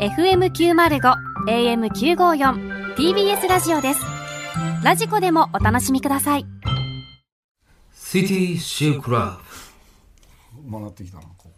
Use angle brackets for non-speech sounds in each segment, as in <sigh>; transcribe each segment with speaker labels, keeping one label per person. Speaker 1: FM905 AM954 TBS ラジオですラジコでもお楽しみください
Speaker 2: シティシークラブ
Speaker 3: 回ってきたなこう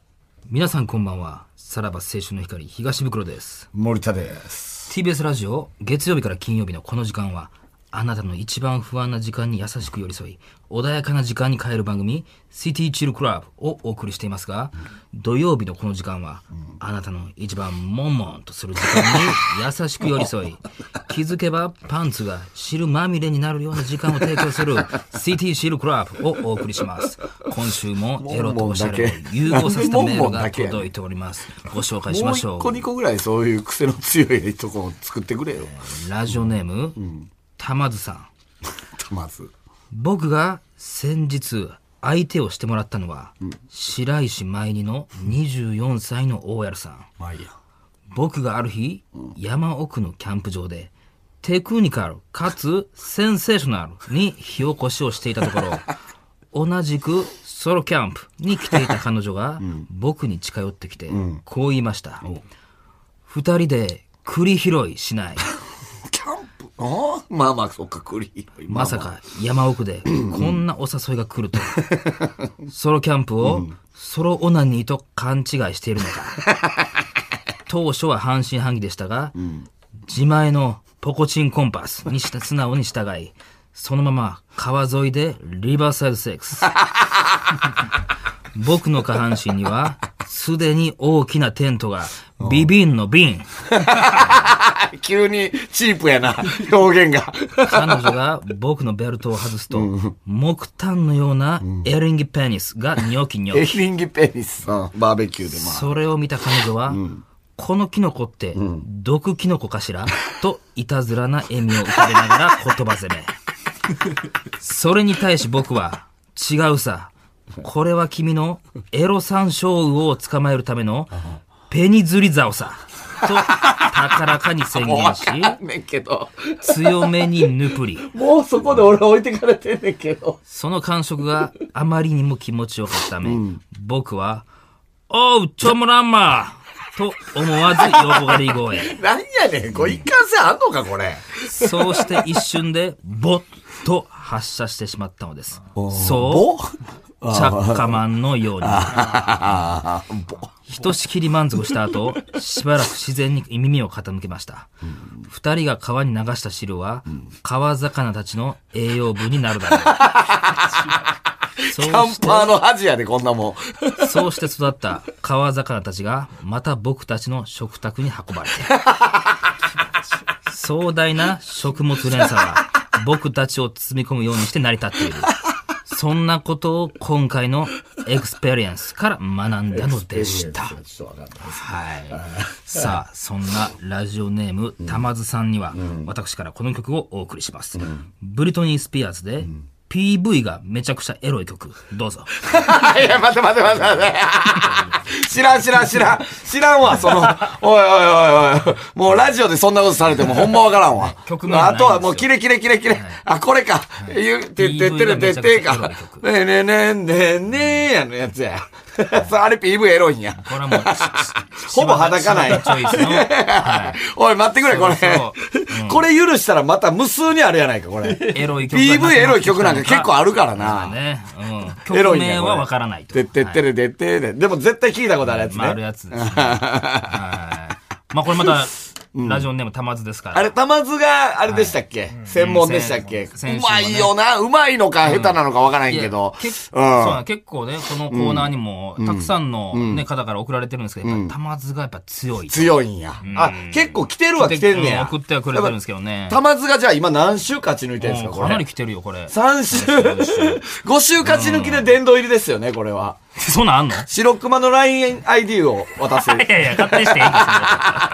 Speaker 2: 皆さんこんばんはさらば青春の光東袋です
Speaker 3: 森田です。
Speaker 2: TBS ラジオ月曜日から金曜日のこの時間はあなたの一番不安な時間に優しく寄り添い穏やかな時間に変える番組「シティチルクラブ」をお送りしていますが土曜日のこの時間はあなたの一番悶々とする時間に優しく寄り添い気づけばパンツが汁まみれになるような時間を提供する「シティシルクラブ」をお送りします今週もエロとおしゃれを融合させたメールが届いておりますご紹介し
Speaker 3: もう
Speaker 2: ましょう
Speaker 3: 一個二個ぐらいそういう癖の強いとこを作ってくれよ。
Speaker 2: ラジオネーム、玉津さん。
Speaker 3: まず。
Speaker 2: 僕が先日相手をしてもらったのは、白石舞二の24歳の OL さん。
Speaker 3: まあいいや。
Speaker 2: 僕がある日、山奥のキャンプ場で、テクニカルかつセンセーショナルに火起こしをしていたところ、同じくソロキャンプに来ていた彼女が、僕に近寄ってきて、こう言いました。二人で栗拾いしない。
Speaker 3: キャンプああまあまあ、そっか、栗。
Speaker 2: まさか山奥でこんなお誘いが来るとはソロキャンプをソロオナニーと勘違いしているのか当初は半信半疑でしたが、自前のポコチンコンパスにした素直に従いそのまま川沿いでリバーサイドセックス僕の下半身にはすでに大きなテントがビビンの瓶
Speaker 3: あ急にチープやな、表現が。
Speaker 2: <laughs> 彼女が僕のベルトを外すと、木炭のようなエリンギペニスがニョキニ
Speaker 3: エ
Speaker 2: ョキ。
Speaker 3: リンギペニスさん、バーベキューでまあ。
Speaker 2: それを見た彼女は、このキノコって、毒キノコかしら <laughs> と、いたずらな笑みを浮かべながら <laughs> 言葉攻め。それに対し僕は、違うさ。これは君のエロ山椒魚を捕まえるためのペニズリザオさ。と、高らかに宣
Speaker 3: もうわ
Speaker 2: 言し
Speaker 3: か、んねんけど。
Speaker 2: 強めにヌプリ。
Speaker 3: もうそこで俺は置いてかれてんねんけど。
Speaker 2: その感触があまりにも気持ちよかったため、僕は、おう、チョムランマーと思わず横狩り声。
Speaker 3: なんやねん、これ一貫性あんのか、これ。
Speaker 2: そうして一瞬で、ボッと発射してしまったのです。そ
Speaker 3: ぼ
Speaker 2: う、チャッカマンのように。
Speaker 3: ああ、ぼ
Speaker 2: ひとしきり満足した後、しばらく自然に耳を傾けました。二、人が川に流した汁は、川魚たちの栄養分になるだろう。そう
Speaker 3: キャン
Speaker 2: して
Speaker 3: パーの恥やで、こんなもん。
Speaker 2: そうして育った川魚たちがまた僕たちの食卓に運ばれて壮大な食物連鎖は僕たちを包み込むようにして成り立っているそんなことを今回のエクスペリエンスから学んだのでした
Speaker 3: ちょっとわかんない。
Speaker 2: はいさあそんなラジオネーム玉津さんには私からこの曲をお送りします、ブリトニー・スピアーズで PV がめちゃくちゃエロい曲どうぞ
Speaker 3: <laughs> いや、待て待て待て待て。 <laughs> 知らん知らん知らん。知らんわ、その、おいおいおいおい。もうラジオでそんなことされてもほんまわからんわ。
Speaker 2: 曲名はない
Speaker 3: あとはもうキレキレキレキレ。あ、これか。言う、てってってるてってか。ねえねえねえねえねえやのやつや。そうあれ PV エロいんや。
Speaker 2: これはもう、
Speaker 3: ほぼ裸ない
Speaker 2: 柴田チョイスの、は
Speaker 3: <laughs> おい、待ってくれ、これ
Speaker 2: そうそううん。
Speaker 3: これ許したらまた無数にあるやないか、こ
Speaker 2: い、
Speaker 3: れ。
Speaker 2: エロい曲がなくなっ
Speaker 3: PV
Speaker 2: てきたのか。
Speaker 3: エロい曲なんか結構あるから
Speaker 2: まあ
Speaker 3: な。
Speaker 2: ね、うん。
Speaker 3: エロ
Speaker 2: 曲
Speaker 3: いね
Speaker 2: 名はわからないと。
Speaker 3: てってってれてってれ。でも絶対聞いたことあるやつ
Speaker 2: まあ、ある
Speaker 3: ね。
Speaker 2: やつですね。はい。まあこれまた、ラジオネーム玉津ですから。
Speaker 3: あれ、玉津が、あれでしたっけ、専門でしたっけ、
Speaker 2: うん専専
Speaker 3: うま
Speaker 2: 修のね
Speaker 3: いよな。うまいのか、下手なのかわからん
Speaker 2: いや
Speaker 3: けど。
Speaker 2: 結
Speaker 3: う
Speaker 2: 構
Speaker 3: ん。
Speaker 2: そうなん結構ね、このコーナーにも、たくさんの、ね、方から送られてるんですけど、やっぱり玉津がやっぱ強い。
Speaker 3: 強いんや。あ、結構来てるは来てんね
Speaker 2: うん
Speaker 3: や。
Speaker 2: 送ってはくれてるんですけどね。
Speaker 3: 玉津がじゃあ今何週勝ち抜いてるんです
Speaker 2: う
Speaker 3: か、
Speaker 2: ん
Speaker 3: こ
Speaker 2: かなり
Speaker 3: れ。
Speaker 2: 来てるよ、これ。
Speaker 3: 3週、5 <laughs> 週勝ち抜きで殿堂入りですよね、これは。
Speaker 2: そんなんあんの <laughs> い
Speaker 3: 白熊の LINEID を渡
Speaker 2: <laughs>
Speaker 3: す。
Speaker 2: やいや、勝手にしていいですよ。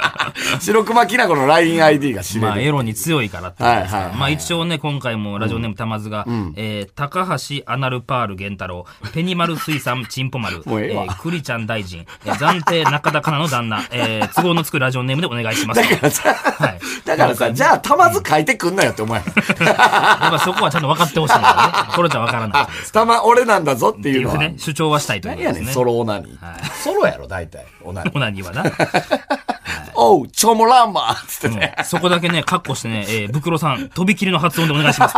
Speaker 3: 白熊きなこの LINEID が知れる。
Speaker 2: まあ、エロに強いからってことですから
Speaker 3: はいはいはい
Speaker 2: まあ、一応ね、今回もラジオネームたまずが、えー高橋アナルパール源太郎、ペニマル水産チンポ
Speaker 3: <laughs>
Speaker 2: 丸、
Speaker 3: もうええわ
Speaker 2: ークリちゃん大臣、えー暫定中田かなの旦那、えー都合のつくラジオネームでお願いします。
Speaker 3: だからさ、
Speaker 2: はい。 <laughs>
Speaker 3: だからさ、じゃあ玉津書いてくんなよって思え。
Speaker 2: やっぱそこはちゃんと分かってほしいんだよね。これじゃ分からない。っ
Speaker 3: 玉、俺なんだぞって
Speaker 2: て
Speaker 3: い
Speaker 2: いう
Speaker 3: の
Speaker 2: う
Speaker 3: は。
Speaker 2: ね、主張はしたいということで
Speaker 3: 何や
Speaker 2: す
Speaker 3: ねん、
Speaker 2: ね。
Speaker 3: ソロオナニー。
Speaker 2: は
Speaker 3: <laughs> ソロやろ、大体。オナニー
Speaker 2: オナニーはな。
Speaker 3: オおう、チョモランマつってね。
Speaker 2: うんそこだけね、カッコしてね、えー、ブクロさん、とびきりの発音でお願いし
Speaker 3: <laughs>
Speaker 2: ます。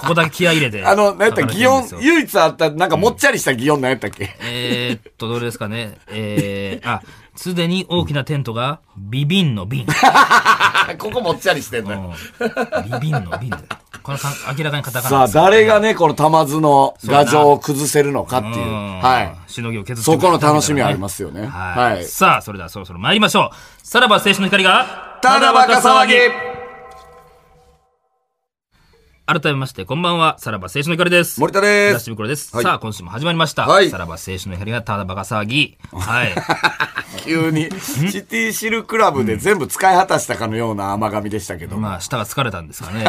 Speaker 2: ここだけ気合い入れて。
Speaker 3: あの、なんやった、
Speaker 2: 叩かれて
Speaker 3: 擬
Speaker 2: るん
Speaker 3: 音
Speaker 2: です、よ
Speaker 3: 唯一あった、なんかもっちゃりした擬音なんやったっけ
Speaker 2: えー、っと、どれですかね。えー、あ、すでに大きなテントが、ビビンの瓶。
Speaker 3: あ、 <laughs> ここもっちゃりしてんだよ。
Speaker 2: うんビビンの瓶だよ。このか明らかにカタカナ
Speaker 3: さあ、
Speaker 2: ですよ。
Speaker 3: 誰がね、この玉津の牙城を崩せるのかっていう。
Speaker 2: うん
Speaker 3: は
Speaker 2: しのぎを削
Speaker 3: い。
Speaker 2: って
Speaker 3: そこの楽しみはありますよね。
Speaker 2: はい。
Speaker 3: はい。
Speaker 2: さあ、それではそろそろ参りましょう。さらば青春の光が、
Speaker 3: ただバカ騒ぎ
Speaker 2: 改めまして、こんばんは、さらば青春の光です。
Speaker 3: 森田で
Speaker 2: ラッ
Speaker 3: す
Speaker 2: シュ。袋です。
Speaker 3: はい
Speaker 2: さあ、今週も始まりました。
Speaker 3: はい
Speaker 2: さらば青春の光がただバカ騒ぎ。はい。
Speaker 3: 急 <laughs> に、シティシルクラブで全部使い果たしたかのような甘噛みでしたけど。
Speaker 2: まあ、舌が疲れたんですか
Speaker 3: <laughs>
Speaker 2: ね。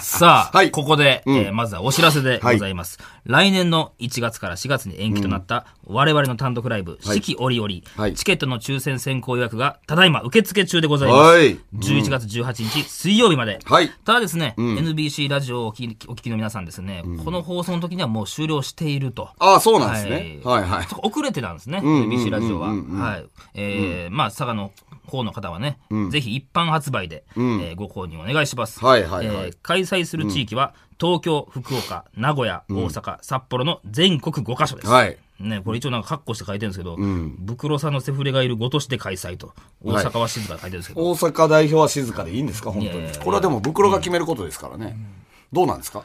Speaker 2: さあ、
Speaker 3: はい
Speaker 2: ここで、えーまずはお知らせでございます。来年の1月から4月に延期となった、我々の単独ライブ、四季折々、
Speaker 3: はい
Speaker 2: チケットの抽選先行予約が、ただいま受付中でございます。
Speaker 3: はい
Speaker 2: 11月18日、水曜日まで。
Speaker 3: はい
Speaker 2: ただですね、NBC ラジオをお聞きお聞きの皆さんですね、この放送の時にはもう終了していると。
Speaker 3: ああ、そうなんですね。はいはい。
Speaker 2: そこ遅れてたんですね、NBC ラジオは。はい。えーまあ、佐賀の方の方はね、ぜひ一般発売で、えーご購入お願いします。
Speaker 3: はいはいはい
Speaker 2: えー開催する地域は、東京、福岡、名古屋、大阪、札幌の全国5カ所です。
Speaker 3: はい
Speaker 2: ね、これ一応なんかカッコして書いてるんですけど、ブクロさんのセフレがいるごとしで開催と、大阪は静かに書いてるんですけど、
Speaker 3: 大阪代表は静かでいいんですか本
Speaker 2: い
Speaker 3: 当
Speaker 2: やい
Speaker 3: に
Speaker 2: やい。や
Speaker 3: これはでも、袋が決めることですからね。どうなんですか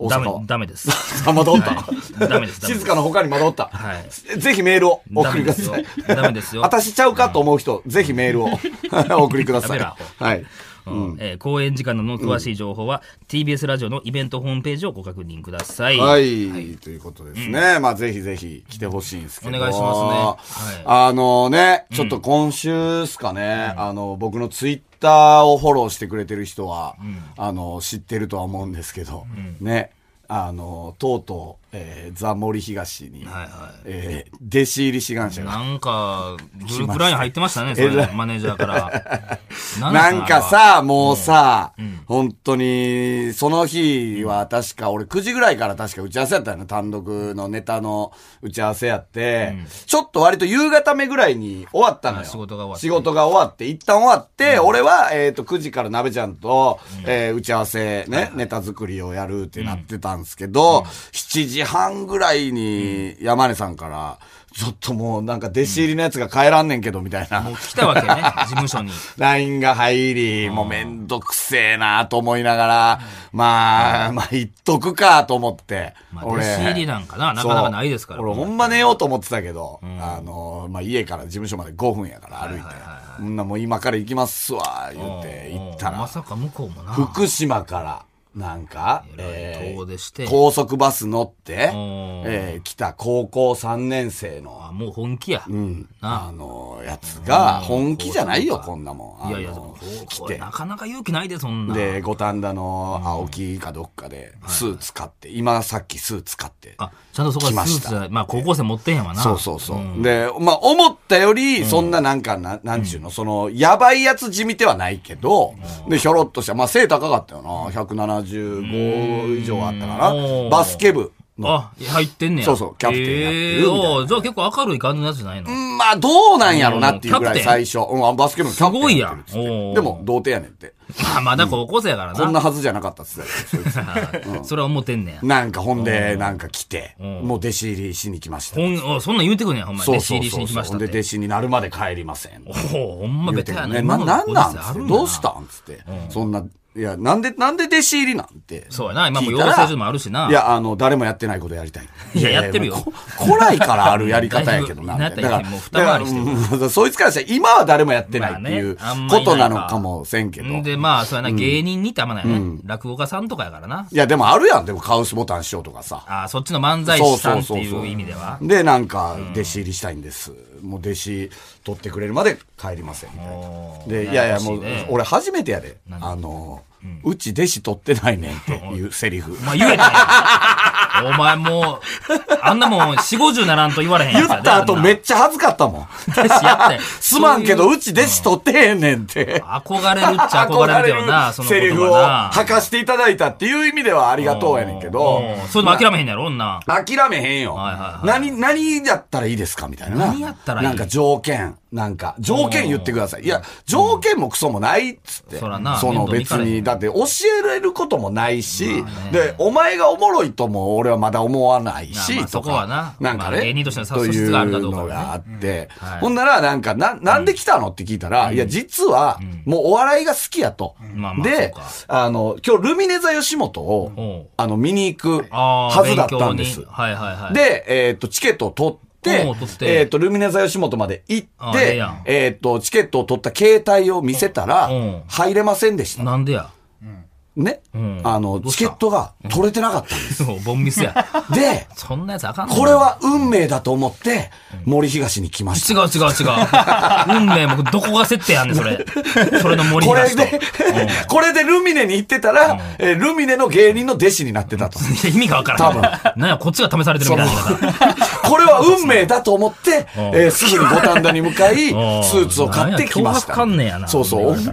Speaker 3: 大
Speaker 2: ダ
Speaker 3: 阪
Speaker 2: メ
Speaker 3: は、。
Speaker 2: ダメです。
Speaker 3: あ、 <laughs> まだおっ
Speaker 2: はいダメです
Speaker 3: た。
Speaker 2: ダメです
Speaker 3: 静かの他にまだおった。
Speaker 2: はい
Speaker 3: ぜひメールをお送りください。
Speaker 2: ダメですよダメで
Speaker 3: 私ちゃうかと思う人、ぜひメー
Speaker 2: <laughs>
Speaker 3: ルを <laughs> お送りください。
Speaker 2: ダメだ
Speaker 3: はい。
Speaker 2: うんえー公演時間などの詳しい情報は、TBS ラジオのイベントホームページをご確認ください。
Speaker 3: はい、ということですね。まあ、ぜひぜひ来てほしいんですけど。
Speaker 2: お願いしますね
Speaker 3: あのね、ちょっと今週ですかね、あの、僕のツイッターをフォローしてくれてる人は、あの、知ってるとは思うんですけど、ね、あの、とうとう、えーザ・森東に、
Speaker 2: はいはい
Speaker 3: えー弟子入り志願者が。
Speaker 2: なんか、グループライン入ってましたね、それ
Speaker 3: えらい
Speaker 2: マネージャー
Speaker 3: <laughs>
Speaker 2: から。
Speaker 3: なんか、さ、もうさ、本当に、その日は確か、俺9時ぐらいから確か打ち合わせやったよね。単独のネタの打ち合わせやって、ちょっと割と夕方目ぐらいに終わったのよ。
Speaker 2: はい仕事が終わって
Speaker 3: 仕事が終わって、一旦終わって、俺は、えっ、と、9時から鍋ちゃんと、えー打ち合わせね、ネタ作りをやるってなってたんですけど、7時半ぐらいに山根さんから、ちょっともうなんか弟子入りのやつが帰らんねんけど、みたいな。
Speaker 2: もう来たわけね、事務
Speaker 3: <laughs>
Speaker 2: 所に。
Speaker 3: LINE が入り、もうめんどくせえなと思いながら、まあ、まあ、言っとくかと思って。
Speaker 2: まあ、弟子入りなんかな、なかなかないですから。
Speaker 3: そう俺、ほんま寝ようと思ってたけど、あの、まあ、家から事務所まで5分やから歩い
Speaker 2: はいはい
Speaker 3: て
Speaker 2: は。
Speaker 3: そんなもう今から行きますわ、言って
Speaker 2: うん
Speaker 3: 行った
Speaker 2: ま
Speaker 3: ら、
Speaker 2: さか向こうもな。
Speaker 3: 福島から、なんか、
Speaker 2: えらい遠出して
Speaker 3: 高速バス乗って、
Speaker 2: うん
Speaker 3: えー来た高校3年生の、
Speaker 2: あもう本気や。
Speaker 3: あ
Speaker 2: な
Speaker 3: の、やつが、本気じゃないよ、
Speaker 2: そうそう
Speaker 3: こんなもん。あ
Speaker 2: い
Speaker 3: の
Speaker 2: やいや、でもこう
Speaker 3: 来
Speaker 2: これ
Speaker 3: て
Speaker 2: な。かなか勇気ないで、そんな。
Speaker 3: で、五反田の青木かどっかで、スーツ買って、今さっきスーツ買って。
Speaker 2: あ、ちゃんとそこ
Speaker 3: 来
Speaker 2: は
Speaker 3: ま
Speaker 2: ス
Speaker 3: し
Speaker 2: ー
Speaker 3: た
Speaker 2: ツは、まあ、高校生持ってへんわな。
Speaker 3: そうそうそう。
Speaker 2: ん
Speaker 3: で、まあ、思ったより、そんななんか、ななんちゅうの、その、やばいやつ地味ではないけど、で、ひょろっとした。まあ、背高かったよな。175以上あったか
Speaker 2: う
Speaker 3: な。
Speaker 2: ん
Speaker 3: バスケ部の。
Speaker 2: あ、入ってんねや。
Speaker 3: そうそうキャプテンやってるみたいな
Speaker 2: えーおーじゃあ結構明るい感じのやつじゃないの
Speaker 3: まあ、どうなんやろなっていうぐら
Speaker 2: う
Speaker 3: い
Speaker 2: ん
Speaker 3: 最初。うん、あバスケ部のキャプテンやってるっつって
Speaker 2: すごいやんおー
Speaker 3: でも、童貞やねんって。
Speaker 2: まあ、まだ高校生やからな。
Speaker 3: こんなはずじゃなかったっつってたよそいつ
Speaker 2: それは思ってんねや。
Speaker 3: なんか、ほんで、なんか来て、
Speaker 2: ん
Speaker 3: もう弟子入りしに来ました。
Speaker 2: ほん、おそんなん言うてくんねん、ほんまに。
Speaker 3: そう
Speaker 2: 弟子
Speaker 3: そ
Speaker 2: 入
Speaker 3: う
Speaker 2: りし
Speaker 3: そ
Speaker 2: に
Speaker 3: う
Speaker 2: 来ました
Speaker 3: そ
Speaker 2: っ
Speaker 3: う。で、弟
Speaker 2: て。
Speaker 3: 子になるまで帰りません。
Speaker 2: おお、ほんま
Speaker 3: 言う
Speaker 2: ベ
Speaker 3: て
Speaker 2: タ
Speaker 3: く
Speaker 2: や
Speaker 3: る
Speaker 2: な。
Speaker 3: ね。な、
Speaker 2: 今の
Speaker 3: なん
Speaker 2: ご時世あ
Speaker 3: なんつっ
Speaker 2: るんや
Speaker 3: て
Speaker 2: な
Speaker 3: どうしたんつって。そんな、いや、なんで、なんで弟子入りなんて。
Speaker 2: そうやな、今も
Speaker 3: 聞
Speaker 2: う養
Speaker 3: いたら
Speaker 2: 成所もあるしな。
Speaker 3: い、や、あの、誰もやってないことやりたい。
Speaker 2: いややってるよ
Speaker 3: いやいやもうこ古来からあるやり方やけど
Speaker 2: <laughs>
Speaker 3: な。
Speaker 2: だい
Speaker 3: み
Speaker 2: ぶ
Speaker 3: たいな
Speaker 2: なんやったらいいけどもう二回りしてる
Speaker 3: だからうんそ <laughs> いつからしたら今は誰もやってないっていう
Speaker 2: まあねあんま
Speaker 3: こ
Speaker 2: りいないか
Speaker 3: となのかもせんけど。
Speaker 2: ん
Speaker 3: い
Speaker 2: で、まあ、そうやな、芸人にたまないね、落語家さんとかやからな。
Speaker 3: や、でもあるやん。でも、カウスボタン師匠とかさ。
Speaker 2: あーそっちの漫才師さんっていう意味では。
Speaker 3: で、なんか、弟子入りしたいんです。もう弟子取ってくれるまで帰りません、みたい
Speaker 2: お
Speaker 3: な。
Speaker 2: ー
Speaker 3: で、いやいや、
Speaker 2: 羨
Speaker 3: もう
Speaker 2: ましいね、
Speaker 3: 俺初めてやで。
Speaker 2: 何
Speaker 3: あの、うち弟子取ってないねんって
Speaker 2: <laughs>
Speaker 3: いうセリフ。
Speaker 2: まあ、言えたんやお前もう、あんなもん、四五十ならんと言われへんや
Speaker 3: 言
Speaker 2: つやで
Speaker 3: った後
Speaker 2: あんな
Speaker 3: めっちゃ恥ずかったもん。
Speaker 2: <laughs> 弟子やって。
Speaker 3: すまんけど、
Speaker 2: そういう
Speaker 3: ち弟子取ってへんねんって。
Speaker 2: 憧れるっちゃ憧れるけどな、その
Speaker 3: セリ
Speaker 2: 言
Speaker 3: フ
Speaker 2: 葉
Speaker 3: を
Speaker 2: な。
Speaker 3: 吐かしていただいたっていう意味ではありがとうやねんけど
Speaker 2: うん。それでも諦めへんねやろ、女。
Speaker 3: 諦めへんよ
Speaker 2: はいは。い
Speaker 3: 何、何やったらいいですかみたいな。
Speaker 2: 何やったらいい
Speaker 3: なんか条件。なんか、条件言ってください。いや、条件もクソもないっつって。
Speaker 2: そらな
Speaker 3: の
Speaker 2: 面
Speaker 3: 別
Speaker 2: 倒見かれへ
Speaker 3: に、
Speaker 2: ん
Speaker 3: だって教えられることもないし、で、お前がおもろいとも俺はまだ思わないし、
Speaker 2: まあまあ
Speaker 3: とか
Speaker 2: そこはな
Speaker 3: なんかね。
Speaker 2: まあ芸人としての素質があるかどうか
Speaker 3: とい
Speaker 2: はね
Speaker 3: のがあって、
Speaker 2: うんはい
Speaker 3: ほんなら、なんか、な、なんで来たのって聞いたら、いや、実は、もうお笑いが好きやと。
Speaker 2: まあまあ
Speaker 3: で
Speaker 2: そうか、
Speaker 3: あの、今日ルミネ座吉本
Speaker 2: おう
Speaker 3: を、あの、見に行く
Speaker 2: あー
Speaker 3: はずだったんです
Speaker 2: 勉強に。はいはいはい。、
Speaker 3: で、えっ、と、チケットを取って、
Speaker 2: おう取って
Speaker 3: えっ、と、ルミネ座吉本まで行っ
Speaker 2: あええ
Speaker 3: て
Speaker 2: やん、
Speaker 3: えっ、と、チケットを取った携帯を見せたら
Speaker 2: うんうん、
Speaker 3: 入れませんでした。
Speaker 2: なんでや。 <laughs>
Speaker 3: ね、
Speaker 2: ん
Speaker 3: あ
Speaker 2: ど
Speaker 3: の、
Speaker 2: う
Speaker 3: チ
Speaker 2: した
Speaker 3: ケットが取れてなかったんです。
Speaker 2: もうボンミスや。
Speaker 3: で、
Speaker 2: そんなやつあかんの
Speaker 3: これは運命だと思って、森東に来まし
Speaker 2: 違う違う <laughs> 違う。運命もどこが設定やんねん、そ
Speaker 3: <laughs>
Speaker 2: れ。それの
Speaker 3: た。
Speaker 2: 森
Speaker 3: これ
Speaker 2: 東と。
Speaker 3: で、これでルミネに行ってたら、えールミネの芸人の弟子になってたと。
Speaker 2: うん意味がわからん。なんや、こっちが試されてるみたいな言い方。
Speaker 3: <laughs> これは運命だと思って、えーすぐに五反田に向かい、ス
Speaker 2: ん
Speaker 3: ーツを買ってきました。
Speaker 2: なんや脅迫観念やな
Speaker 3: そうそう。 <laughs>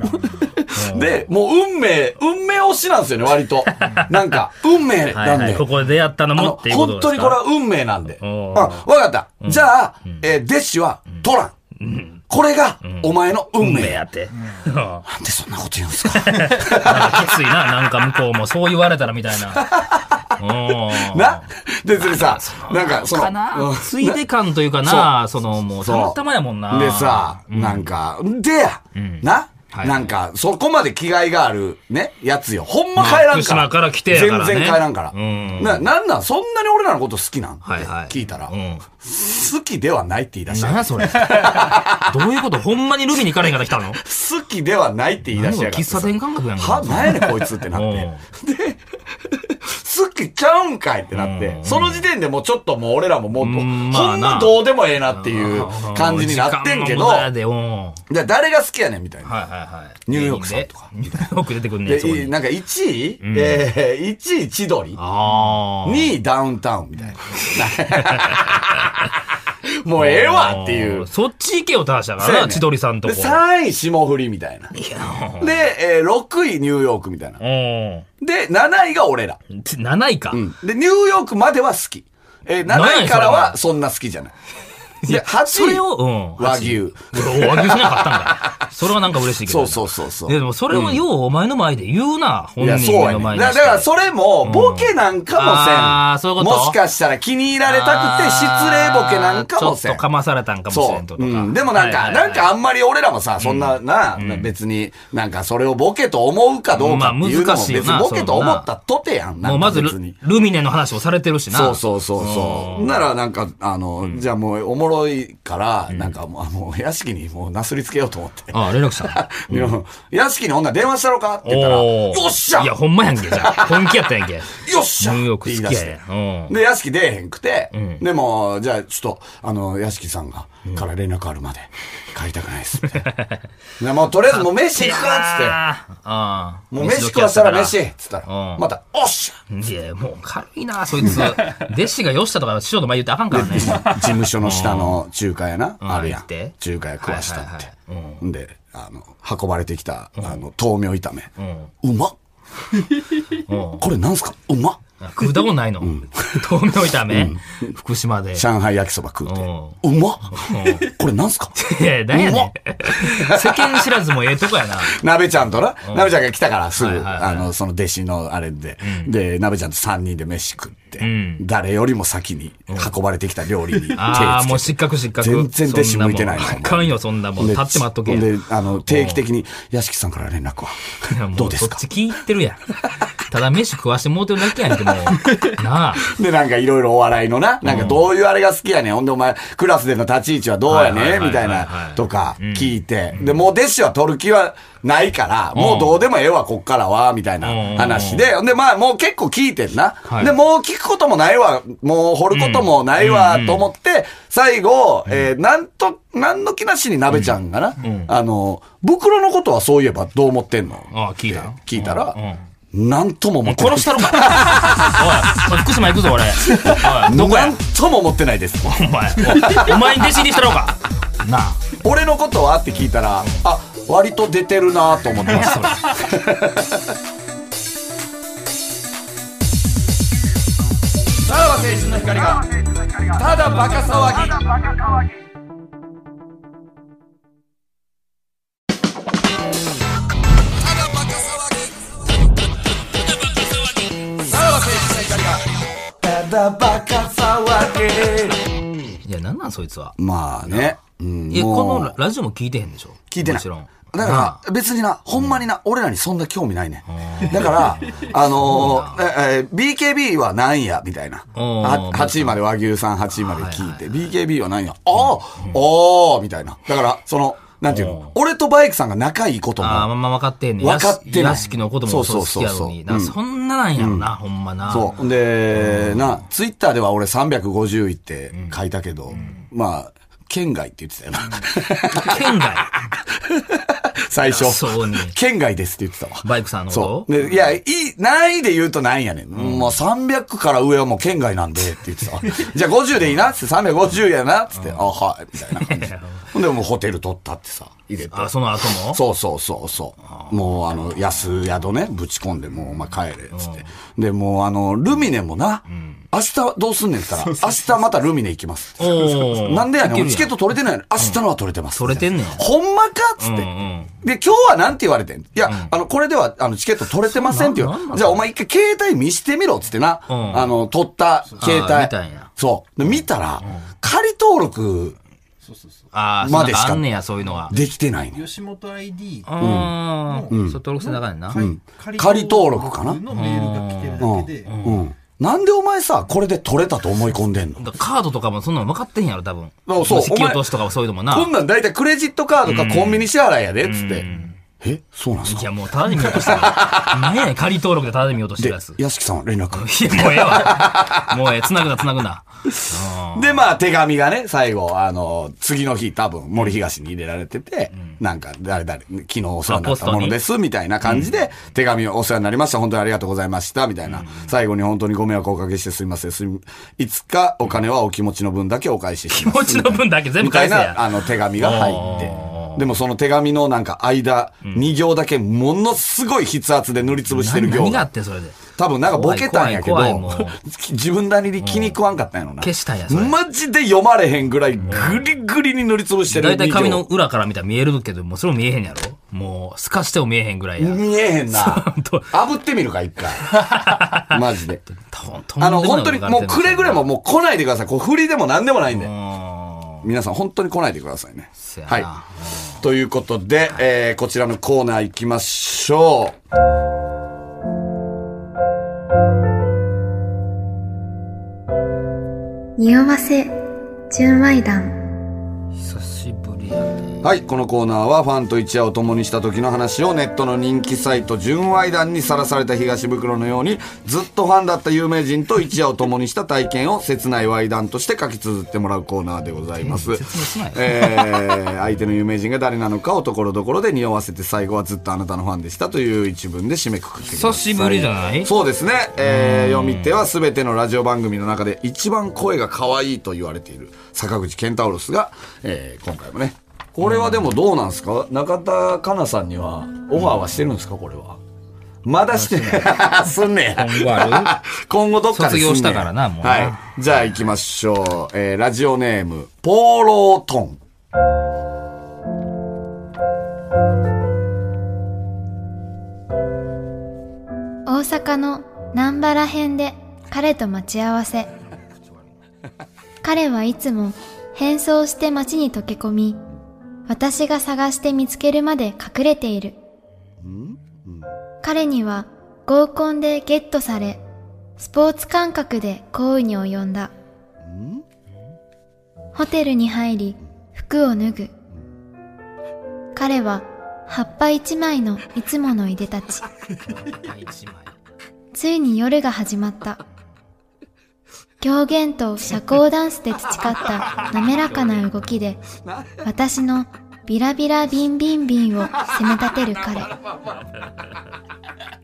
Speaker 3: で、もう運命、運命推しなんですよね、割
Speaker 2: <laughs>
Speaker 3: と。なんか、運命
Speaker 2: はい
Speaker 3: なん
Speaker 2: は
Speaker 3: で
Speaker 2: い、。ここで出会ったの
Speaker 3: あ
Speaker 2: も
Speaker 3: の
Speaker 2: っていうこと
Speaker 3: 本
Speaker 2: ですか
Speaker 3: 当にこれは運命なんで。
Speaker 2: お
Speaker 3: う
Speaker 2: ー
Speaker 3: んわかった。じゃあ、えー弟子は取らん。これが、お前の運
Speaker 2: 運命
Speaker 3: 命
Speaker 2: や
Speaker 3: や。
Speaker 2: って。なん <laughs>
Speaker 3: なんでそんなこと言うんですか
Speaker 2: かきついな、なんか向こうもそう言われたらみたいな。うん
Speaker 3: なで、それさ、なんか、その
Speaker 2: か、な
Speaker 3: うん
Speaker 2: ついで感というかな、そのもう、たまたまやもんな。
Speaker 3: でさ、なんか、でや、な、
Speaker 2: はい
Speaker 3: なんか、そこまで気概がある、ね、やつよ。ほんま帰らんから。
Speaker 2: まあ福島から来てやからね
Speaker 3: 全然帰らんから。
Speaker 2: うん
Speaker 3: な、なんなん、そんなに俺らのこと好きなんって
Speaker 2: はいはい。
Speaker 3: 聞いたら、
Speaker 2: うん。
Speaker 3: 好きではないって言い出した
Speaker 2: 何。やそ
Speaker 3: <laughs>
Speaker 2: れ。どういうことほんまにルミに行かれへんから来たの
Speaker 3: 好きではないって言い出
Speaker 2: 何
Speaker 3: し
Speaker 2: こ
Speaker 3: や
Speaker 2: れ
Speaker 3: がって
Speaker 2: 喫
Speaker 3: さ。
Speaker 2: 茶店感覚やんか。
Speaker 3: は、なんやねんこいつってなっ
Speaker 2: うん
Speaker 3: て。好きちゃうんかいってなって、その時点でもうちょっともう俺らももう、
Speaker 2: う
Speaker 3: ほ
Speaker 2: ん
Speaker 3: ん
Speaker 2: まあな
Speaker 3: まどうでもええなっていう感じになってんけ
Speaker 2: 時間も
Speaker 3: ど
Speaker 2: 無駄、やでうんは
Speaker 3: で誰が好きやねんみたい
Speaker 2: い
Speaker 3: な。
Speaker 2: はいはい。
Speaker 3: ニューヨークさんとか
Speaker 2: ニューヨーク出てくんね
Speaker 3: で、
Speaker 2: そこ
Speaker 3: い
Speaker 2: に。
Speaker 3: なんか1位、えー、1位千鳥。
Speaker 2: ああ。
Speaker 3: 2位ダウンタウンみたいな。 <laughs> もうええわっていう。
Speaker 2: そっち行けよ、ターシャ
Speaker 3: そう
Speaker 2: が
Speaker 3: や
Speaker 2: な、
Speaker 3: ね
Speaker 2: 千鳥さんと
Speaker 3: で、
Speaker 2: こ。
Speaker 3: 3位霜降りみたいな。で、えー6位ニューヨークみたいな。
Speaker 2: うん。
Speaker 3: で、7位が俺ら。
Speaker 2: ち7位か。
Speaker 3: うんで、ニューヨークまでは好き。えー
Speaker 2: なんや
Speaker 3: 7位から
Speaker 2: それ
Speaker 3: はそんな好きじゃない。で、
Speaker 2: それを、うん。
Speaker 3: 8位、和牛。
Speaker 2: お和牛しなかったんだ。それはなんか嬉しいけど
Speaker 3: そ
Speaker 2: な。
Speaker 3: うそうそうそう。
Speaker 2: でもそれをようお前の前で言うな、
Speaker 3: い
Speaker 2: 本
Speaker 3: や、
Speaker 2: 人
Speaker 3: そうや
Speaker 2: の前
Speaker 3: ね。
Speaker 2: に
Speaker 3: だだ
Speaker 2: して。
Speaker 3: から、それも、ボケなんかもせん。
Speaker 2: うんあーそういうこと
Speaker 3: もしかしたら気に入られたくて、失礼ボケなんかもせ
Speaker 2: ちょっ
Speaker 3: ん
Speaker 2: と。かまされたんかもしれ
Speaker 3: そ
Speaker 2: んと
Speaker 3: う。
Speaker 2: とか。
Speaker 3: うん。でもなん
Speaker 2: は
Speaker 3: か、
Speaker 2: いはいは
Speaker 3: ないんかあんまり俺らもさ、そんな、な、別に、なんかそれをボケと思うかどうかっていうの
Speaker 2: まあ
Speaker 3: も、
Speaker 2: 難しい
Speaker 3: 別
Speaker 2: よな
Speaker 3: にボケと思ったとてやん。なんか
Speaker 2: もうまずル
Speaker 3: 別に
Speaker 2: ルミネの話をされてるしな。
Speaker 3: そうそうそうそう。ならなんか、あの、じゃあもうおもろいから、なんかもう、あもう屋敷にもうなすりつけようと思って。
Speaker 2: ああ、連絡した。
Speaker 3: いや屋敷に女電話したろかって <laughs> 言ったら、よ
Speaker 2: おー
Speaker 3: っしゃ
Speaker 2: いや、
Speaker 3: よ
Speaker 2: ほんまやんけ、じゃ
Speaker 3: <laughs>
Speaker 2: あ。本気やったやんけ。ニ
Speaker 3: っし
Speaker 2: ュ
Speaker 3: ゃ
Speaker 2: ーヨ
Speaker 3: っ
Speaker 2: ー
Speaker 3: て
Speaker 2: ク
Speaker 3: 言い
Speaker 2: 好
Speaker 3: 出
Speaker 2: き
Speaker 3: し
Speaker 2: や
Speaker 3: て
Speaker 2: ね。。うん。
Speaker 3: で、屋敷出えへんくて、でも、じゃあ、ちょっと、あの、屋敷さんが、から連絡あるまで、帰りたくないです、みたい
Speaker 2: <laughs>
Speaker 3: な。でもう、とりあえず、もう飯行くかっ
Speaker 2: あーあ
Speaker 3: つって。もう飯食わしたら飯、
Speaker 2: い
Speaker 3: つった
Speaker 2: う
Speaker 3: ら、
Speaker 2: ん
Speaker 3: また、おっし
Speaker 2: や、もう軽いな、そいつ。弟子がよしたとか、師匠の前言ってあかんからね。
Speaker 3: ゃ事務所の下の中華屋な、
Speaker 2: うん
Speaker 3: あるや
Speaker 2: 行
Speaker 3: ん
Speaker 2: って。
Speaker 3: 中華屋食わしたっ
Speaker 2: はいはいはい
Speaker 3: て。んで、あの、運ばれてきた、あの、豆苗炒め。
Speaker 2: うん。
Speaker 3: うまっ
Speaker 2: うん。
Speaker 3: これなんすかうまっ
Speaker 2: 食うたことないの。 <laughs> 豆苗炒め福島で。
Speaker 3: 上海焼きそば食うて。
Speaker 2: う
Speaker 3: うまっこれなんすか
Speaker 2: いや、なんや
Speaker 3: うま
Speaker 2: ね
Speaker 3: っ <laughs>
Speaker 2: ん。世間知らずもええとこやな。
Speaker 3: 鍋ちゃんとな、鍋ちゃんが来たからすぐ、
Speaker 2: はいはいはい
Speaker 3: あの、その弟子のあれで、で、鍋ちゃんと3人で飯食って、
Speaker 2: ん
Speaker 3: 誰よりも先に運ばれてきた料理に手つけ
Speaker 2: <laughs>
Speaker 3: て。
Speaker 2: ああ、もう失格失格。
Speaker 3: 全然弟子向いてない
Speaker 2: そんもんあかんよ、そんなもん。
Speaker 3: で
Speaker 2: 立って待っとけ。
Speaker 3: で、あの、定期的に、屋敷さんから連絡はい
Speaker 2: やも。
Speaker 3: どうですか
Speaker 2: そっち聞いてる
Speaker 3: <laughs>
Speaker 2: やん。ただ飯食わしてもうてるだけやんけ、も
Speaker 3: <laughs>
Speaker 2: う。なあ。
Speaker 3: で、なんかいろいろお笑いのな、なんかどういうあれが好きやねん。ほんでお前、クラスでの立ち位置はどうや
Speaker 2: はいはい
Speaker 3: ねん
Speaker 2: はいはい
Speaker 3: みたい
Speaker 2: は、
Speaker 3: ないとか聞いて。で、もう弟子は取る気はないから、もうどうでもええわ、こっからは、みたいな話で。ほんで、まあもう結構聞いてんな
Speaker 2: はい。
Speaker 3: で、もう聞くこともないわ、もう掘ることもないわ、と思って、最後、えー、なんと、なんの気なしに鍋ちゃんがな、あの、袋のことはそういえばどう思ってんの
Speaker 2: ああ、聞いたの
Speaker 3: 聞いたら、なんとも思ってない
Speaker 2: 殺したろか。
Speaker 3: <laughs>
Speaker 2: おい、福島行くぞ、俺。おい、どこ
Speaker 3: な
Speaker 2: や
Speaker 3: んとも思ってないです。
Speaker 2: お前。おいお前に弟子にしたろか。な
Speaker 3: <laughs>
Speaker 2: あ。
Speaker 3: 俺のことはって聞いたら、あ、割と出てるなと思ってます。さらば青春の光が、ただバカ騒ぎ。ただバカ騒
Speaker 2: いや、なんなんそいつは。
Speaker 3: ぎ。まあね。うん、
Speaker 2: いや、この
Speaker 3: もう
Speaker 2: ララジオも聞いてへんでしょ
Speaker 3: 聞いてな
Speaker 2: も
Speaker 3: い。
Speaker 2: ちろん。
Speaker 3: だから、別にな、ほんまにな、俺らにそんな興味ないね。だ
Speaker 2: <laughs>
Speaker 3: から、あのー、ええ BKB はなんやみたいな。
Speaker 2: おー
Speaker 3: は8位まで和牛さん8位まで聞いて、BKB はなんやああ、おーみたいな。だから、その、なんていうの俺とバイクさんが仲いいことも、
Speaker 2: ああ、まあまあ分かってんねん。
Speaker 3: 分かってない
Speaker 2: 屋敷のこともそう好きやの
Speaker 3: そうそうそうそう
Speaker 2: に。なそんななんやろな、ほんまな。
Speaker 3: そう。で、な、ツイッターでは俺350位って書いたけど、まあ、県外って言ってたよな。
Speaker 2: 県外。
Speaker 3: <laughs> 最初。
Speaker 2: そうに。
Speaker 3: 県外ですって言ってたわ。
Speaker 2: バイクさんのこ
Speaker 3: そう。
Speaker 2: と
Speaker 3: でいや、いい、何位で言うと何位やねん。もう300から上はもう県外なんでって言ってたわ。 <laughs> じゃあ50でいいなっつって350やなっつって、あ、はい、みたいな感じ。ほんでもうホテル取ったってさ、入れて。
Speaker 2: あ、その後も
Speaker 3: そうそうそうそう。もうあの、安宿ね、ぶち込んで、もうお前帰れ、っつって。で、もうあの、ルミネもな、明日どうすんねんって言ったら、明日またルミネ行きますって。
Speaker 2: おー
Speaker 3: なんでやね
Speaker 2: い
Speaker 3: ん、
Speaker 2: ける
Speaker 3: 俺チケット取れてないの明日のは取れてます。
Speaker 2: 取れてんねん
Speaker 3: ほんまかっつって。
Speaker 2: うん
Speaker 3: で、今日はなんて言われてんいや、あの、これでは、あの、チケット取れてませんって言
Speaker 2: そうなんなん
Speaker 3: う。じゃあ、お前一回携帯見してみろっつってな。
Speaker 2: うん
Speaker 3: あの、取った携
Speaker 2: あー見たん
Speaker 3: 帯
Speaker 2: や。
Speaker 3: そう。で見たら、仮登録
Speaker 2: ああ、
Speaker 3: ま
Speaker 2: そう
Speaker 3: でしか
Speaker 2: あんねや、そういうのは。
Speaker 3: できてないの。
Speaker 4: 吉本 ID
Speaker 2: ああ、そう登録せなあかんねんな。
Speaker 3: 仮登録かな
Speaker 4: のメールが来てるだけで、
Speaker 3: うん。なんでお前さ、これで取れたと思い込んでんの
Speaker 2: だからカードとかもそんなの分かってへんやろ、多分。
Speaker 3: あそう
Speaker 2: 石油投資とかもそういうのもな。
Speaker 3: こんなん大体クレジットカードかコンビニ支払いやで、つって。えそうなんすか
Speaker 2: いや、もうただで見ようとしてる。何やねん、仮登録でただで見ようとして
Speaker 3: で
Speaker 2: るやつ、。
Speaker 3: 屋敷さん連絡。
Speaker 2: いや、もうええわ。もうええ、繋ぐな、繋ぐな。
Speaker 3: で、まあ、手紙がね、最後、あの、次の日、多分、森東に入れられてて、なんか、誰々、昨日お世話になったものです、みたいな感じで、手紙をお世話になりました、本当にありがとうございました、みたいな。最後に本当にご迷惑をおかけしてすみません、すみいつかお金はお気持ちの分だけお返しし
Speaker 2: 気
Speaker 3: ます。
Speaker 2: 持ちの分だけ全部
Speaker 3: みた
Speaker 2: 返
Speaker 3: い
Speaker 2: せ
Speaker 3: な、
Speaker 2: や。
Speaker 3: あの、手紙が入って。でもその手紙のなんか間、2行だけものすごい筆圧で塗りつぶしてる
Speaker 2: 何
Speaker 3: 行
Speaker 2: があ
Speaker 3: が
Speaker 2: っ。てんそれで。
Speaker 3: 多分なんかボケたんやけど
Speaker 2: 怖い怖い怖いも、
Speaker 3: <laughs> 自分なりに気に食わんかったんやろな。
Speaker 2: 消したんやそれ
Speaker 3: マジで読まれへんぐらいグリグリに塗りつぶしてる。
Speaker 2: だいたい紙の裏から見たら見えるけど、もうそれも見えへんやろもう、透かしても見えへんぐらいや。
Speaker 3: 見えへんな。炙ってみるか、一回。
Speaker 2: <laughs>
Speaker 3: マジで。
Speaker 2: とんとんで
Speaker 3: あ
Speaker 2: も
Speaker 3: の、
Speaker 2: ない
Speaker 3: 本当にもうくれぐれももう来ないでください。こう振りでも何でもないんで
Speaker 2: う。ーん。
Speaker 3: 皆さん本当に来ないでくださいね
Speaker 2: せ。やな
Speaker 3: はい。ということで、えーこちらのコーナー行きましょう。
Speaker 5: 匂わせ純愛談
Speaker 2: 久しぶりやね。
Speaker 3: はい、このコーナーはファンと一夜を共にした時の話をネットの人気サイト純愛談にさらされた東袋のようにずっとファンだった有名人と一夜を共にした体験を切ない愛談として書き綴ってもらうコーナーでございます。
Speaker 2: 説明しない
Speaker 3: えー相手の有名人が誰なのかをところどころで匂わせて最後はずっとあなたのファンでしたという一文で締めくくってください
Speaker 2: 久しぶりじゃない
Speaker 3: そうですね、えー読み手は全てのラジオ番組の中で一番声が可愛いと言われている坂口健太郎ですが、えー今回もねこれはでもどうなんですか中田香奈さんにはオファーはしてるんですかこれはまだしてない
Speaker 2: <laughs>
Speaker 3: すんねや
Speaker 2: 今後ある
Speaker 3: 今後どっかですんね
Speaker 2: 卒
Speaker 3: や
Speaker 2: 業したからなもうな
Speaker 3: はいじゃあ行きましょう、えーラジオネームポーロートン
Speaker 5: 大阪の南原編で彼と待ち合わせ彼はいつも変装して街に溶け込み私が探して見つけるまで隠れている彼には合コンでゲットされスポーツ感覚で行為に及んだホテルに入り服を脱ぐ彼は葉っぱ一枚のいつものいでたち
Speaker 2: 一枚。
Speaker 5: ついに夜が始まった。狂言と社交ダンスで培った滑らかな動きで、私のビラビラビンビンビンを攻め立てる彼。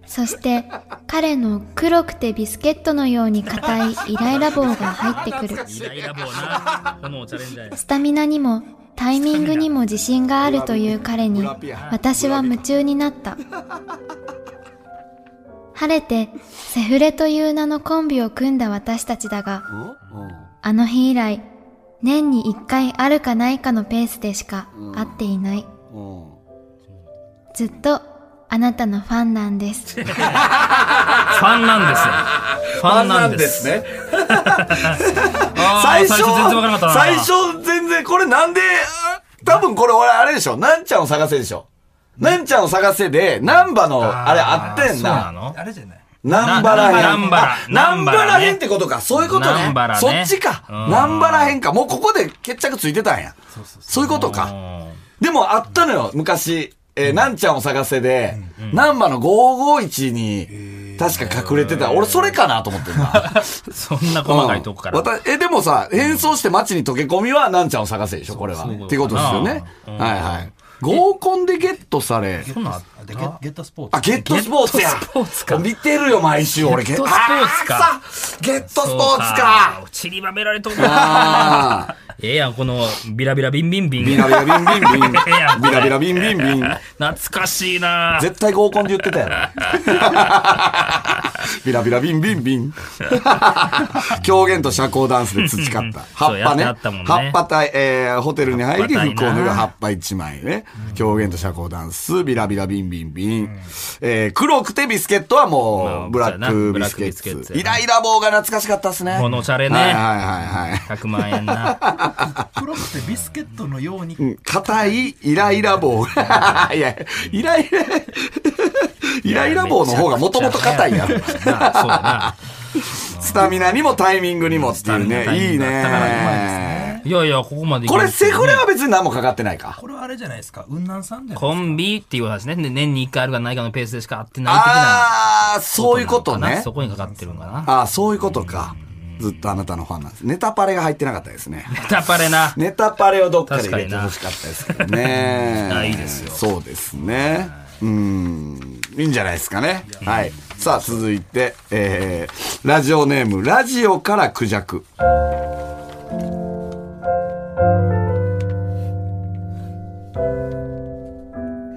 Speaker 5: そして彼の黒くてビスケットのように硬いイライラ棒が入ってくる。
Speaker 2: イライラ棒な。このチャレンジャーや。
Speaker 5: スタミナにもタイミングにも自信があるという彼に私は夢中にな <laughs> った晴れてセフレという名のコンビを組んだ私たちだがあの日以来年に一回あるかないかのペースでしか会っていないずっとあなたのファンなんです。
Speaker 2: ファンなんですよ。ファンなんです。
Speaker 3: ね。
Speaker 2: あー
Speaker 3: 最初、
Speaker 2: 最初全然わからなかったな。
Speaker 3: 最初全然、これなんで、あ多分これ俺あれでしょ。なんちゃんを探せでしょ。なんちゃんを探せで、難波の、あれあってん
Speaker 2: そうな
Speaker 3: な。
Speaker 2: の
Speaker 4: あれじゃない
Speaker 3: 難波らへ
Speaker 2: 難波
Speaker 3: ん。
Speaker 2: ら
Speaker 3: あ難波らへん
Speaker 2: ね
Speaker 3: ってことか。そういうことね
Speaker 2: 難波。らね
Speaker 3: そっちか。
Speaker 2: うん
Speaker 3: 難波らへんか。もうここで決着ついてたんや。そういうことか。でもあったのよ、昔。えーなんちゃんを探せで、難波の551に、確か隠れてた。俺、それかなと思ってるな。
Speaker 2: そんな細かいとこから。
Speaker 3: うんわたえ、でもさ、変装して街に溶け込みは、なんちゃんを探せでしょ、これは。
Speaker 2: そうそう
Speaker 3: ってことですよね。
Speaker 2: うん
Speaker 3: はいはい。合コンでゲットされ、
Speaker 2: そんなんあっ
Speaker 4: あでゲゲットスポー
Speaker 3: あ、
Speaker 4: ツ。
Speaker 3: ゲットスポーツや。
Speaker 2: ゲットスポーツか
Speaker 3: 見てるよ、毎週俺。
Speaker 2: ゲットスポーツか
Speaker 3: あーさゲットスポーツ
Speaker 2: そう
Speaker 3: か。
Speaker 2: 散りばめられとるな。 <laughs>
Speaker 3: あ
Speaker 2: ええやん、このビラビラビンビンビン。
Speaker 3: ービラビラビンビンビン。ビラビラビンビンビン。
Speaker 2: 懐かしいな。 <laughs>
Speaker 3: 絶対合コンで言ってたやろ。 <laughs> ビラビラビンビンビン。 <laughs> 狂言と社交ダンスで培った。葉
Speaker 2: <laughs> そう
Speaker 3: っぱね。
Speaker 2: やってあったもんね
Speaker 3: 葉っぱたい、えーホテルに入り、
Speaker 2: 葉っ
Speaker 3: 服
Speaker 2: ぱたいな
Speaker 3: を脱ぐ葉っぱ一枚ね。狂言と社交ダンス、ビラビラビンビンビン。えー黒くてビスケットはも
Speaker 2: まあ
Speaker 3: う、ブラックビスケ
Speaker 2: ブラックビ
Speaker 3: ッ
Speaker 2: スケッツ
Speaker 3: ツ。イライラ棒が懐かしかったっすね。
Speaker 2: このおしゃれね
Speaker 3: はいはいはい。
Speaker 2: 100万円な。
Speaker 4: 黒くてビスケットのように
Speaker 3: う。ん硬いイライラ棒。 <laughs> いや、イライラ、イライラ棒の方がもともと硬いやろ。
Speaker 2: そうやな。
Speaker 3: スタミナにもタイミングにもってい
Speaker 2: ス
Speaker 3: う
Speaker 2: タミナタイミン
Speaker 3: ね。いい
Speaker 2: グがあったからうま
Speaker 3: ね。
Speaker 2: いやいや、ここまで行
Speaker 3: こ
Speaker 2: き
Speaker 3: れ
Speaker 2: ましたよ
Speaker 3: セ
Speaker 2: ね
Speaker 3: フレは別に何もかかってないか。
Speaker 4: これはあれじゃないですか。雲南さんじゃない
Speaker 2: コンビっていう話ね。で年に1回あるかないかのペースでしか合ってない的な。
Speaker 3: ああ、そういうことね
Speaker 2: そ。こにかかってるのかな。
Speaker 3: ああ、そういうことか。ずっとあなたのファンなんです。ネタパレが入ってなかったですね。
Speaker 2: ネタパレな。
Speaker 3: ネタパレをどっかで入れてほしかったですけど
Speaker 2: <laughs>。
Speaker 3: ね
Speaker 2: あいいですよ
Speaker 3: そうですね。うん。いいんじゃないですかね。はい。さあ、続いて、えー、ラジオネーム、ラジオからクジャク。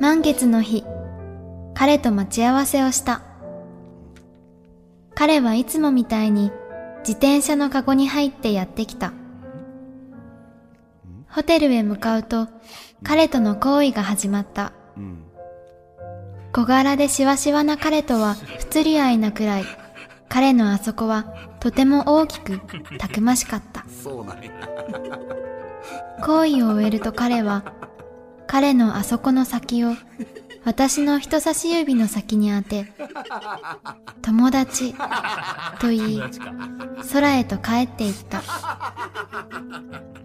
Speaker 5: 満月の日、彼と待ち合わせをした。彼はいつもみたいに自転車のカゴに入ってやってきた。ホテルへ向かうと彼との行為が始まった。小柄でしわしわな彼とは不釣り合いなくらい、彼のあそこはとても大きくたくましかった。
Speaker 3: そうなんや。
Speaker 5: 行為を終えると彼は、彼のあそこの先を、私の人差し指の先に当て、友達、と言い、空へと帰っていった。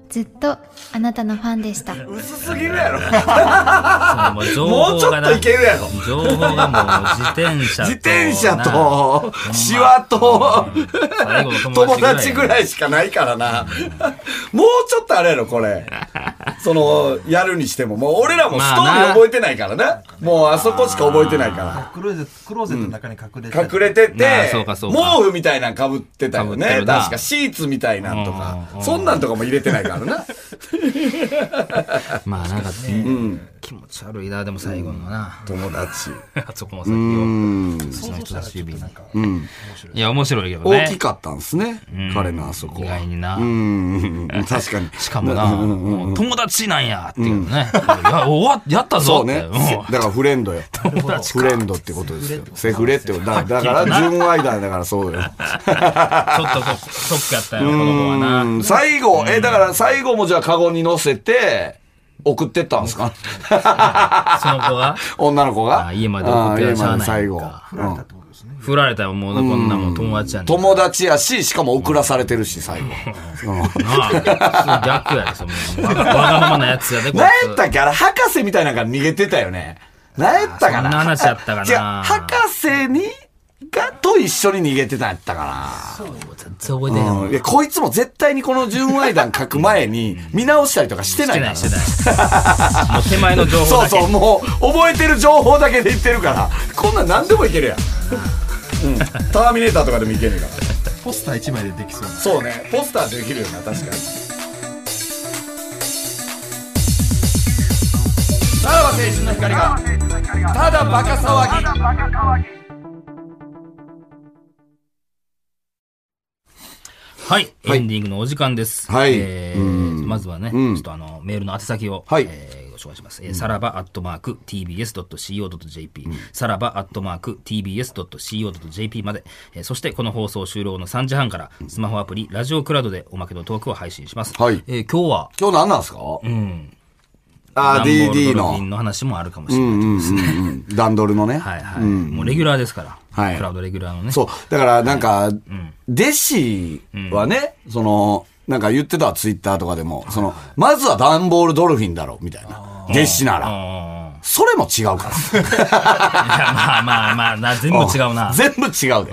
Speaker 5: ずっとあなたのファンでした。
Speaker 3: 薄すぎるやろ。
Speaker 2: そのもう情
Speaker 3: もうち
Speaker 2: 報
Speaker 3: ょ
Speaker 2: が
Speaker 3: っ
Speaker 2: な
Speaker 3: といけるやろ。
Speaker 2: 情報がもう自転車と。
Speaker 3: 自転車
Speaker 2: な。
Speaker 3: と、シワと、
Speaker 2: 最後の
Speaker 3: 友
Speaker 2: 友
Speaker 3: 達
Speaker 2: 達ぐ
Speaker 3: ぐ
Speaker 2: らい。
Speaker 3: らいしかないからな。もうちょっとあれやろ、これ。その、やるにしても、もう俺らもストーリー覚えてないからな。もうあそこしか覚えてないから。
Speaker 4: クローゼット、クローゼットの中に隠れて。
Speaker 3: 隠れてて
Speaker 2: なあそうかそうか
Speaker 3: 毛布みたいなんかぶってたよ
Speaker 2: 被って
Speaker 3: ね
Speaker 2: るな
Speaker 3: 確かシーツみたいなんとか
Speaker 2: うんうんうん
Speaker 3: そんなんとかも入れてないから
Speaker 2: <laughs>
Speaker 3: な
Speaker 2: まあなんか、気持ち悪いな、でも最後のな。
Speaker 3: 友達
Speaker 2: あそこの先を。
Speaker 4: 想像したらちょっとなんか。
Speaker 2: いや、面白いけどね。
Speaker 3: 大きかったんですね彼のあそこ
Speaker 2: 意
Speaker 3: は
Speaker 2: 外にな。
Speaker 3: うん
Speaker 2: <laughs>
Speaker 3: 確かに
Speaker 2: しかもな、もう友達なんやっていうのね。いや、終わっ、やった
Speaker 3: そ
Speaker 2: ぞ
Speaker 3: う
Speaker 2: って。
Speaker 3: ね。
Speaker 2: うん
Speaker 3: だからフレンドよ。フレンドってことですよ。セフレってこと。だだから、純愛だだからそう
Speaker 2: ち
Speaker 3: よ。
Speaker 2: ょっとこうショックやったよ、この子はな。
Speaker 3: うん最後、え、だから最後もじゃあカゴに乗せて、送ってったんですか
Speaker 2: その子が。
Speaker 3: 女の子が。
Speaker 2: あ家まで送って
Speaker 3: あ
Speaker 2: や
Speaker 3: 家
Speaker 2: らしゃ
Speaker 3: ま
Speaker 2: あ
Speaker 3: で
Speaker 2: ない
Speaker 3: 最
Speaker 2: ん
Speaker 3: 後。
Speaker 2: か。
Speaker 3: うん
Speaker 2: 振られたらもうこんなもん友達やねん。
Speaker 3: 友達やし、しかも送らされてるし、最後。うん
Speaker 2: なあ。逆やで、その。わがわがままなやつやで、こい
Speaker 3: 何やっ
Speaker 2: つ。
Speaker 3: たっけあれ、博士みたいなのから逃げてたよね。何やった
Speaker 2: そ
Speaker 3: か
Speaker 2: んな
Speaker 3: な
Speaker 2: 話やったか
Speaker 3: 違う、
Speaker 2: な。
Speaker 3: 博士に、が、と一緒に逃げてたんやったかな。
Speaker 2: 全然覚えてへんわ
Speaker 3: うんいや、こいつも絶対にこの純愛弾書く前に見直したりとかして
Speaker 2: し
Speaker 3: な
Speaker 2: て
Speaker 3: いか
Speaker 2: な
Speaker 3: ら
Speaker 2: い、してない。もう手前の情報
Speaker 3: そう
Speaker 2: だけ。
Speaker 3: そう、もう覚えてる情報だけで言ってるから、こんなん何でもいけるやん。
Speaker 2: <laughs>
Speaker 3: うん、ターミネーターとかでもいけるから。
Speaker 4: ポスター一枚でできそうな。
Speaker 3: そうね、ポスターできるよな、確かに。さらば青春の光が、ただバカ騒ぎ。
Speaker 2: はい、
Speaker 3: はい
Speaker 2: エンディングのお時間です。
Speaker 3: はい
Speaker 2: えー
Speaker 3: うん
Speaker 2: まずはね、
Speaker 3: うん
Speaker 2: ちょっとあの、メールの宛先を、
Speaker 3: はい
Speaker 2: えーご紹介します。えーさらばアットマーク tbs.co.jp、さらばアットマーク tbs.co.jp まで、えーそしてこの放送終了の3時半から、スマホアプリ、ラジオクラウドでおまけのトークを配信します。
Speaker 3: はい
Speaker 2: えー今日は、
Speaker 3: 今日何なんですか
Speaker 2: うん、
Speaker 3: あー、
Speaker 2: ダンボール
Speaker 3: DD
Speaker 2: ドルフィ
Speaker 3: の
Speaker 2: ン。の話もあるかもしれ
Speaker 3: う
Speaker 2: ない。
Speaker 3: んうんうんうん。ダンドルのね。
Speaker 2: はいはい、もうレギュラーですから、
Speaker 3: はい
Speaker 2: クラウドレギュラーのね。
Speaker 3: そう。だから、なんか、弟子はね、その、なんか言ってたツイッターとかでも、その、まずはダンボールドルフィンだろ、みたいな。弟子なら。
Speaker 2: あ
Speaker 3: それも違うから。
Speaker 2: ーいやまあまあまあな、全部違うな。
Speaker 3: <laughs> 全部違うで。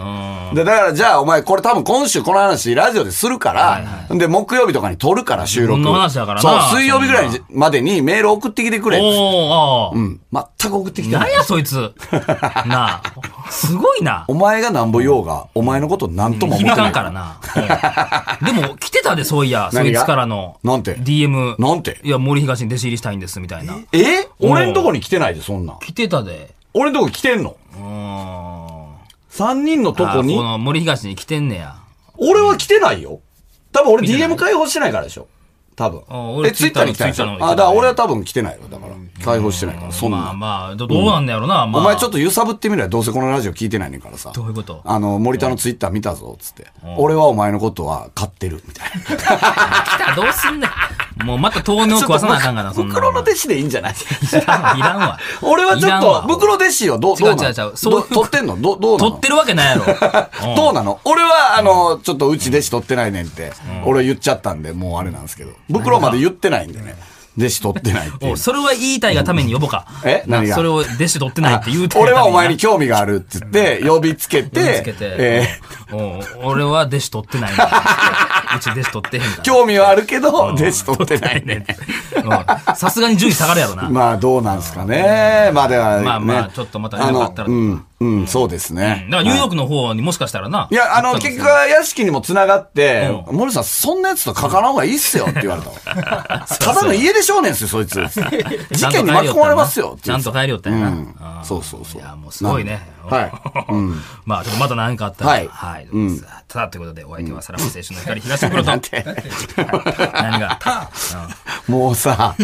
Speaker 3: で、だからじゃあお前これ多分今週この話ラジオでするから、で、木曜日とかに撮るから収録。
Speaker 2: 自分の話だからな
Speaker 3: そう、水曜日ぐらいにまでにメール送ってきてくれっつって。
Speaker 2: おーあー、
Speaker 3: うん。全く送ってきてな
Speaker 2: なん
Speaker 3: い。
Speaker 2: やそいつ。なあ。すごいな
Speaker 3: お。前がなんぼ用が、お前のことなんとも思って
Speaker 2: 響
Speaker 3: な
Speaker 2: か
Speaker 3: い。
Speaker 2: んからな。
Speaker 3: <laughs>
Speaker 2: うんでも、来てたで、そういや、そ
Speaker 3: 何
Speaker 2: い
Speaker 3: が
Speaker 2: つからの。
Speaker 3: なんて
Speaker 2: DM。
Speaker 3: なんて
Speaker 2: いや、森東に弟子入りしたいんです、みたいな。
Speaker 3: え俺んとこに来てないで、そんなん。
Speaker 2: 来てたで。
Speaker 3: 俺んとこ来てんの
Speaker 2: うーん。
Speaker 3: 三人のとこ
Speaker 2: あ
Speaker 3: に
Speaker 2: この森東に来てんねや。
Speaker 3: 俺は来てないよ。多分俺 DM 解放してないからでしょ。多分
Speaker 2: あ。俺
Speaker 3: え、ツイッターに来たんでしょ
Speaker 2: Twitter の
Speaker 3: あ、だから俺は多分来てないよ。だから。解放してないから、そん
Speaker 2: まあ
Speaker 3: な。
Speaker 2: まあ、どどうなんだやろな、まあ。
Speaker 3: お前ちょ
Speaker 2: と。
Speaker 3: っと揺さぶってみろよ。どうせこのラジオ聞いてないねんからさ。
Speaker 2: どういうこと
Speaker 3: あの、森田のツイッター見たぞ、つって。俺はお前のことは買ってる、みたいな。
Speaker 2: 来たらどうすんねん。もうまた豆乳食わさなあかん
Speaker 3: <laughs>
Speaker 2: がな、そんなの。
Speaker 3: 袋の弟子でいいんじゃない
Speaker 2: いらんいらんわ。
Speaker 3: 俺はちょっ
Speaker 2: いらんわ
Speaker 3: と、袋弟子はどう、
Speaker 2: 違
Speaker 3: ど
Speaker 2: う
Speaker 3: うな
Speaker 2: 違う
Speaker 3: の
Speaker 2: 違うそう
Speaker 3: ど取ってんのどう、どうなの
Speaker 2: 取
Speaker 3: <laughs>
Speaker 2: ってるわけないやろ。
Speaker 3: どうなの俺は、あの、ちょっとうち弟子取ってないねんって、俺言っちゃったんで、もうあれなんですけど。袋まで言ってないんでね。弟子取ってないってい
Speaker 2: お
Speaker 3: う
Speaker 2: う。それは言いたいがために呼ぼうか。
Speaker 3: え何が
Speaker 2: それを弟子取ってないって言うたいがため
Speaker 3: 俺
Speaker 2: にな
Speaker 3: はお前に興味があるって言って、呼びつけ
Speaker 2: 手
Speaker 3: て
Speaker 2: つけ、て、
Speaker 3: え
Speaker 2: うんうん俺は弟子取ってない
Speaker 3: <laughs>
Speaker 2: んだうち弟子取ってへんから
Speaker 3: ー。興味はあるけど、弟子取ってないね。
Speaker 2: うんさすがに順位下がるやろな。
Speaker 3: <laughs> まあ、どうなんすか
Speaker 2: <laughs>
Speaker 3: ね。まあ、では、ね。
Speaker 2: まあまあちょっとまた
Speaker 3: あ
Speaker 2: よか
Speaker 3: の
Speaker 2: ったらと
Speaker 3: う
Speaker 2: か
Speaker 3: ん、うん、そうですね。
Speaker 2: だからニューヨークの方にもしかしたらな。
Speaker 3: いや、あの、
Speaker 2: 行ったんで
Speaker 3: 結
Speaker 2: すよ
Speaker 3: 局、は屋敷にも繋がって、
Speaker 2: う
Speaker 3: 森さん、そんなやつと関わらん方がいいっすよって言
Speaker 2: <laughs>
Speaker 3: われたわただの家出少年っすよ、そいつ。事件に巻き込まれますよって
Speaker 2: ちゃんと帰りよったんやな。
Speaker 3: うん
Speaker 2: あー
Speaker 3: そうそうそう
Speaker 2: いや、もうすごいね。 <laughs>
Speaker 3: はいうん
Speaker 2: まあ、ちょっとまた何かあったら。
Speaker 3: はい
Speaker 2: はい。
Speaker 3: うん
Speaker 2: ただということで、お相手はさらば青春の光東
Speaker 3: <laughs>
Speaker 2: 袋と。
Speaker 3: なんて
Speaker 2: 何が。
Speaker 3: <laughs> もうさ、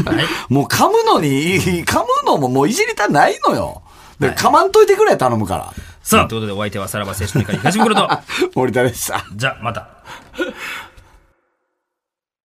Speaker 3: もう噛むのに、噛むのももういじりたないのよ。で、噛まんといてくれ、頼むから。
Speaker 2: さあ、ということで、お相手はさらば青春の光東袋と。
Speaker 3: 森田でした。
Speaker 2: じゃあ、また。